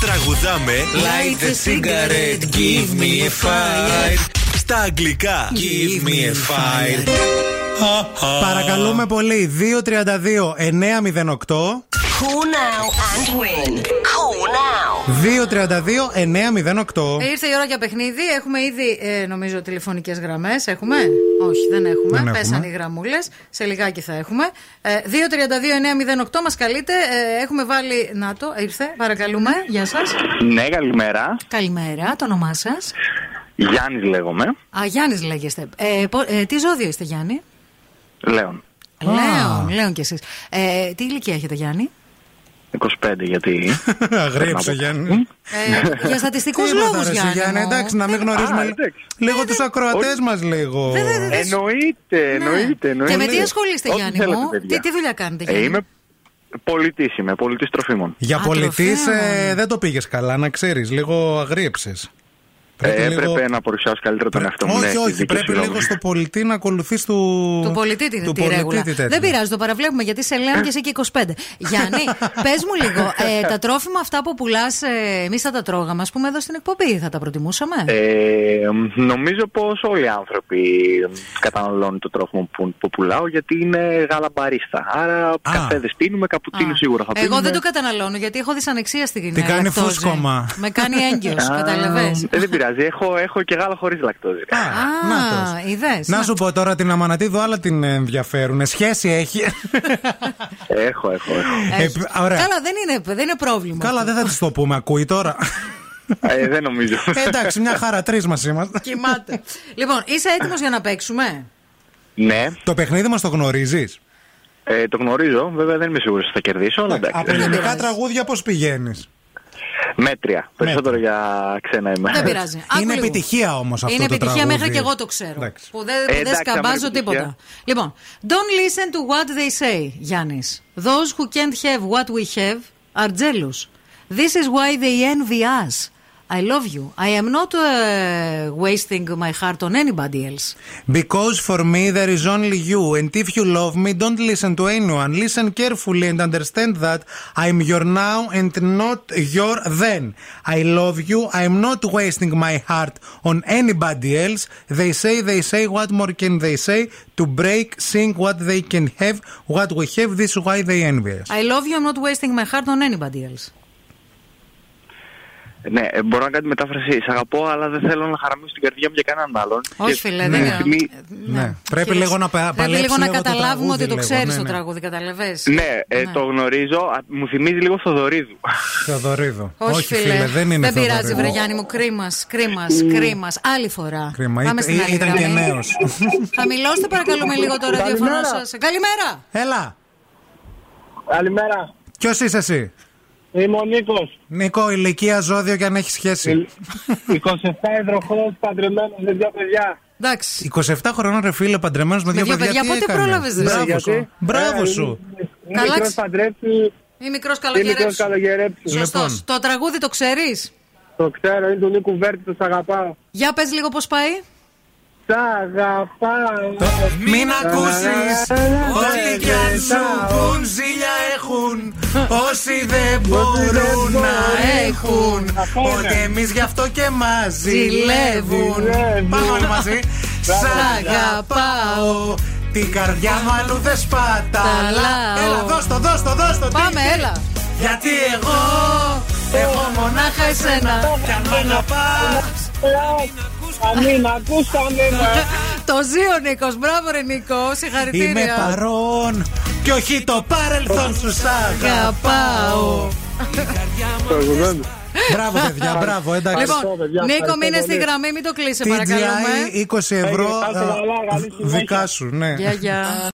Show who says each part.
Speaker 1: Τραγουδάμε
Speaker 2: Light the cigarette, give me a fire.
Speaker 1: στα αγγλικά.
Speaker 2: Give me a fire.
Speaker 3: Παρακαλούμε πολύ. 232-908.
Speaker 4: Call now and win. Call now.
Speaker 3: 232-908.
Speaker 5: Ε, Ήρθε η ώρα για παιχνίδι. Έχουμε ήδη, ε, νομίζω, τηλεφωνικές γραμμές. Έχουμε. Όχι, δεν έχουμε.
Speaker 3: Δεν έχουμε.
Speaker 5: Πέσαν οι γραμμούλες. Σε λιγάκι θα έχουμε. Ε, 232-908 μα καλείτε. Ε, έχουμε βάλει. Να το, ε, ήρθε. Παρακαλούμε. Γεια σας.
Speaker 6: Ναι, καλημέρα.
Speaker 5: Καλημέρα. Το όνομά σας.
Speaker 6: Γιάννης λέγομαι.
Speaker 5: Α, Γιάννης λέγεστε. Ε, πο- ε, τι ζώδιο είστε, Γιάννη.
Speaker 6: Λέων.
Speaker 5: Λέων, λέων κι εσείς. Ε, τι ηλικία έχετε, Γιάννη.
Speaker 6: 25 γιατί.
Speaker 3: Αγρίεψε, Γιάννη.
Speaker 5: Ε, για στατιστικούς
Speaker 3: Τίποτα,
Speaker 5: λόγου,
Speaker 3: ρε, εσύ,
Speaker 5: Γιάννη. μου. Ε,
Speaker 3: εντάξει, να μην
Speaker 6: Α,
Speaker 3: γνωρίζουμε.
Speaker 6: εντάξει.
Speaker 3: Λίγο του ακροατέ μας, λίγο.
Speaker 5: Δεν- δεν- δεν- δεν-
Speaker 6: εννοείται,
Speaker 5: Ναι.
Speaker 6: εννοείται, εννοείται.
Speaker 5: Και με τι ασχολείστε,
Speaker 6: Ό,τι
Speaker 5: Γιάννη
Speaker 6: θέλετε,
Speaker 5: μου? Τι-
Speaker 6: παιδιά.
Speaker 5: τι δουλειά κάνετε,
Speaker 6: Ε,
Speaker 5: Γιάννη?
Speaker 6: είμαι πολιτής, είμαι πολιτής τροφίμων.
Speaker 3: Για
Speaker 5: Α,
Speaker 3: πολιτής
Speaker 5: τροφέων.
Speaker 3: δεν το πήγες καλά, να ξέρεις. Λίγο αγρίεψες.
Speaker 6: Ε, Έπρεπε να παρουσιάσω καλύτερα τον εαυτό μου. ναι,
Speaker 3: όχι,
Speaker 6: στη
Speaker 3: όχι.
Speaker 6: δικής
Speaker 3: Πρέπει
Speaker 6: σου λόγω.
Speaker 3: λίγο στο πολιτή να ακολουθείς του.
Speaker 5: Του πολιτή τη,
Speaker 3: του
Speaker 5: τη ρέγουλα.
Speaker 3: πολιτή τη τέτοια.
Speaker 5: Δεν πειράζει, το παραβλέπουμε γιατί σε λέμε και εσύ και 25. Γιάννη, πες μου λίγο, ε, τα τρόφιμα αυτά που πουλάς, ε, εμείς θα τα τρώγαμε, ας πούμε, εδώ στην εκπομπή, θα τα προτιμούσαμε.
Speaker 6: Ε, νομίζω πως όλοι οι άνθρωποι ε, καταναλώνουν το τρόφιμο που, που πουλάω γιατί είναι γαλαμπαρίστα. Άρα καφέδες πίνουμε, καπουτσίνο
Speaker 5: Α,
Speaker 6: σίγουρα θα πίνουμε.
Speaker 5: Εγώ δεν το καταναλώνω γιατί έχω δυσανεξία στην
Speaker 3: Τι κάνει
Speaker 5: λακτόζη.
Speaker 3: φούσκωμα.
Speaker 5: ε. Με κάνει έγκυος,
Speaker 6: Α,
Speaker 5: καταλαβες.
Speaker 6: ε, Δεν πειράζει, έχω, έχω και γάλα χωρίς λακτόζη.
Speaker 3: Α,
Speaker 5: Α,
Speaker 3: νάτος.
Speaker 5: είδες.
Speaker 3: Να σου πω τώρα την αμανατίδου, άλλα την ενδιαφέρουν. Σχέση έχει.
Speaker 6: Έχω, έχω, έχω.
Speaker 3: Ε,
Speaker 5: Έχει.
Speaker 3: ωραία.
Speaker 5: Καλά, δεν είναι, δεν είναι πρόβλημα.
Speaker 3: Καλά, δεν θα της το πούμε. Ακούει τώρα.
Speaker 6: Ε, δεν νομίζω.
Speaker 3: Ε, Εντάξει, μια χαρά, τρεις μας είμαστε.
Speaker 5: Κοιμάται. λοιπόν, είσαι έτοιμος για να παίξουμε.
Speaker 6: ναι,
Speaker 3: Το παιχνίδι μας το γνωρίζεις.
Speaker 6: ε, το γνωρίζω. Βέβαια δεν είμαι σίγουρος ότι θα κερδίσω, αλλά
Speaker 3: Από
Speaker 6: εντάξει.
Speaker 3: ελληνικά
Speaker 5: πειράζει.
Speaker 3: τραγούδια πώς πηγαίνεις.
Speaker 6: Μέτρια. Περισσότερο για ξένα είμαι.
Speaker 5: Δεν πειράζει. Άκου
Speaker 3: Είναι
Speaker 5: λίγο.
Speaker 3: επιτυχία όμως αυτό
Speaker 5: Είναι
Speaker 3: το
Speaker 5: επιτυχία
Speaker 3: τραγούδι.
Speaker 5: μέχρι και εγώ το ξέρω.
Speaker 3: Εντάξει.
Speaker 5: Που δεν που δεν
Speaker 6: Ε, Εντάξει,
Speaker 5: σκαμπάζω
Speaker 6: άμα είναι
Speaker 5: τίποτα. Λοιπόν, don't listen to what they say, Γιάννης. Those who can't have what we have are jealous. This is why they envy us. I love you. I am not uh, wasting my heart on anybody else.
Speaker 3: Because for me there is only you, and if you love me, don't listen to anyone. Listen carefully and understand that I'm your now and not your then. I love you. I'm not wasting my heart on anybody else. They say, they say, what more can they say? To break, sing what they can have, what we have, this is why they envy us.
Speaker 5: I love you. I'm not wasting my heart on anybody else.
Speaker 6: Ναι, ε, μπορώ να κάνω τη μετάφραση. Σ' αγαπώ, αλλά δεν θέλω να χαραμίσω την καρδιά μου για κανέναν άλλον.
Speaker 5: Όχι,
Speaker 6: Και
Speaker 5: φίλε,
Speaker 6: αυτή
Speaker 5: δεν
Speaker 6: τη
Speaker 5: είναι. Ε,
Speaker 6: στιγμή-
Speaker 3: Ναι. Πρέπει
Speaker 5: Χειρίσου.
Speaker 3: λίγο να πα-
Speaker 5: Πρέπει
Speaker 3: παλέψει
Speaker 5: λίγο να
Speaker 3: λίγο το
Speaker 5: καταλάβουμε ότι
Speaker 3: τραγούδι
Speaker 5: το
Speaker 3: λίγο.
Speaker 5: ξέρεις
Speaker 3: Ναι,
Speaker 5: το
Speaker 3: ναι.
Speaker 5: τραγούδι, καταλαβες.
Speaker 6: Ναι, ε, το γνωρίζω. Α, Μου θυμίζει λίγο Θοδωρίδου.
Speaker 3: Θεοδωρίδου.
Speaker 5: Όχι, φίλε.
Speaker 3: δεν είναι
Speaker 5: πειράζει,
Speaker 3: Θεοδωρίδου.
Speaker 5: βρε Γιάννη μου. Κρίμας, κρίμας, κρίμας. Άλλη φορά.
Speaker 3: Κρίμα.
Speaker 5: Πάμε
Speaker 3: Ή-
Speaker 5: στην
Speaker 3: ή-
Speaker 5: άλλη
Speaker 3: ήταν και
Speaker 5: γραμμή.
Speaker 3: νέος.
Speaker 5: Χαμηλώστε παρακαλούμε λίγο το ραδιοφωνό σας. Καλημέρα.
Speaker 3: Έλα.
Speaker 7: Καλημέρα.
Speaker 3: Ποιος είσαι εσύ.
Speaker 7: Είμαι ο Νίκος.
Speaker 3: Νίκο, ηλικία ζώδιο και αν έχεις
Speaker 7: Ε,
Speaker 3: σχέση.
Speaker 7: 27 εδροχό παντρεμένο με δύο παιδιά.
Speaker 5: Εντάξει.
Speaker 3: 27 χρονών ρε φίλε, παντρεμένο με δύο
Speaker 5: δύο
Speaker 3: παιδιά.
Speaker 5: παιδιά,
Speaker 3: τι
Speaker 5: πότε
Speaker 3: έκανες?
Speaker 5: πρόλαβες, ρε,
Speaker 3: Μπράβο
Speaker 7: γιατί?
Speaker 3: σου. Μπράβο
Speaker 7: Ε,
Speaker 3: σου.
Speaker 7: Είναι
Speaker 5: Καλά
Speaker 7: μικρός
Speaker 5: ξε-
Speaker 7: παντρέψει
Speaker 5: Ή μικρός
Speaker 7: ή μικρός
Speaker 5: καλογερέψη.
Speaker 7: καλογερέψει.
Speaker 5: Σωστό.
Speaker 3: Λοιπόν.
Speaker 5: Το τραγούδι το ξέρεις.
Speaker 7: Το ξέρω, είναι του Νίκου Βέρτη, το σ' αγαπάω.
Speaker 5: Για πες λίγο πώς πάει.
Speaker 7: Σ' αγαπάω.
Speaker 3: Μην ακούσει ό,τι κι αν σου πουν ζήλια έχουν. Όσοι δεν μπορούν να έχουν. Ότι εμείς γι' αυτό και μας ζηλεύουν.
Speaker 7: Ζηλεύουν.
Speaker 3: Πάμε όλοι μαζί. Σ' αγαπάω.
Speaker 5: αγαπάω.
Speaker 3: Την καρδιά μου αλλού δεν σπαταλάω.
Speaker 5: Ταλάω.
Speaker 3: Έλα, δώστο, δώστο, δώστο.
Speaker 5: Πάμε, έλα.
Speaker 3: Γιατί εγώ έχω μονάχα εσένα. Κι αν μ' αγαπάς,
Speaker 7: Αν μην ακούς κανένα.
Speaker 5: Το ζει ο Νίκος. Μπράβο, ρε Νίκο.
Speaker 3: Είμαι
Speaker 5: Συγχαρητήρια.
Speaker 3: παρόν και όχι το παρελθόν σου σ' αγαπάω.
Speaker 5: Αγαπάω.
Speaker 7: Προηγουμένως.
Speaker 3: Μπράβο, παιδιά, μπράβο, εντάξει.
Speaker 5: Λοιπόν,
Speaker 7: παιδιά,
Speaker 5: Νίκο,
Speaker 7: ευχαριστώ
Speaker 5: μείνες στη
Speaker 7: πολύ.
Speaker 5: γραμμή, μην το κλείσει, παρακαλούμε.
Speaker 3: TGI 20 ευρώ
Speaker 7: Έγινε, πάτε
Speaker 3: α,
Speaker 7: καλά, καλή συνέχεια.
Speaker 3: δικά σου, ναι.
Speaker 5: Γεια, γεια.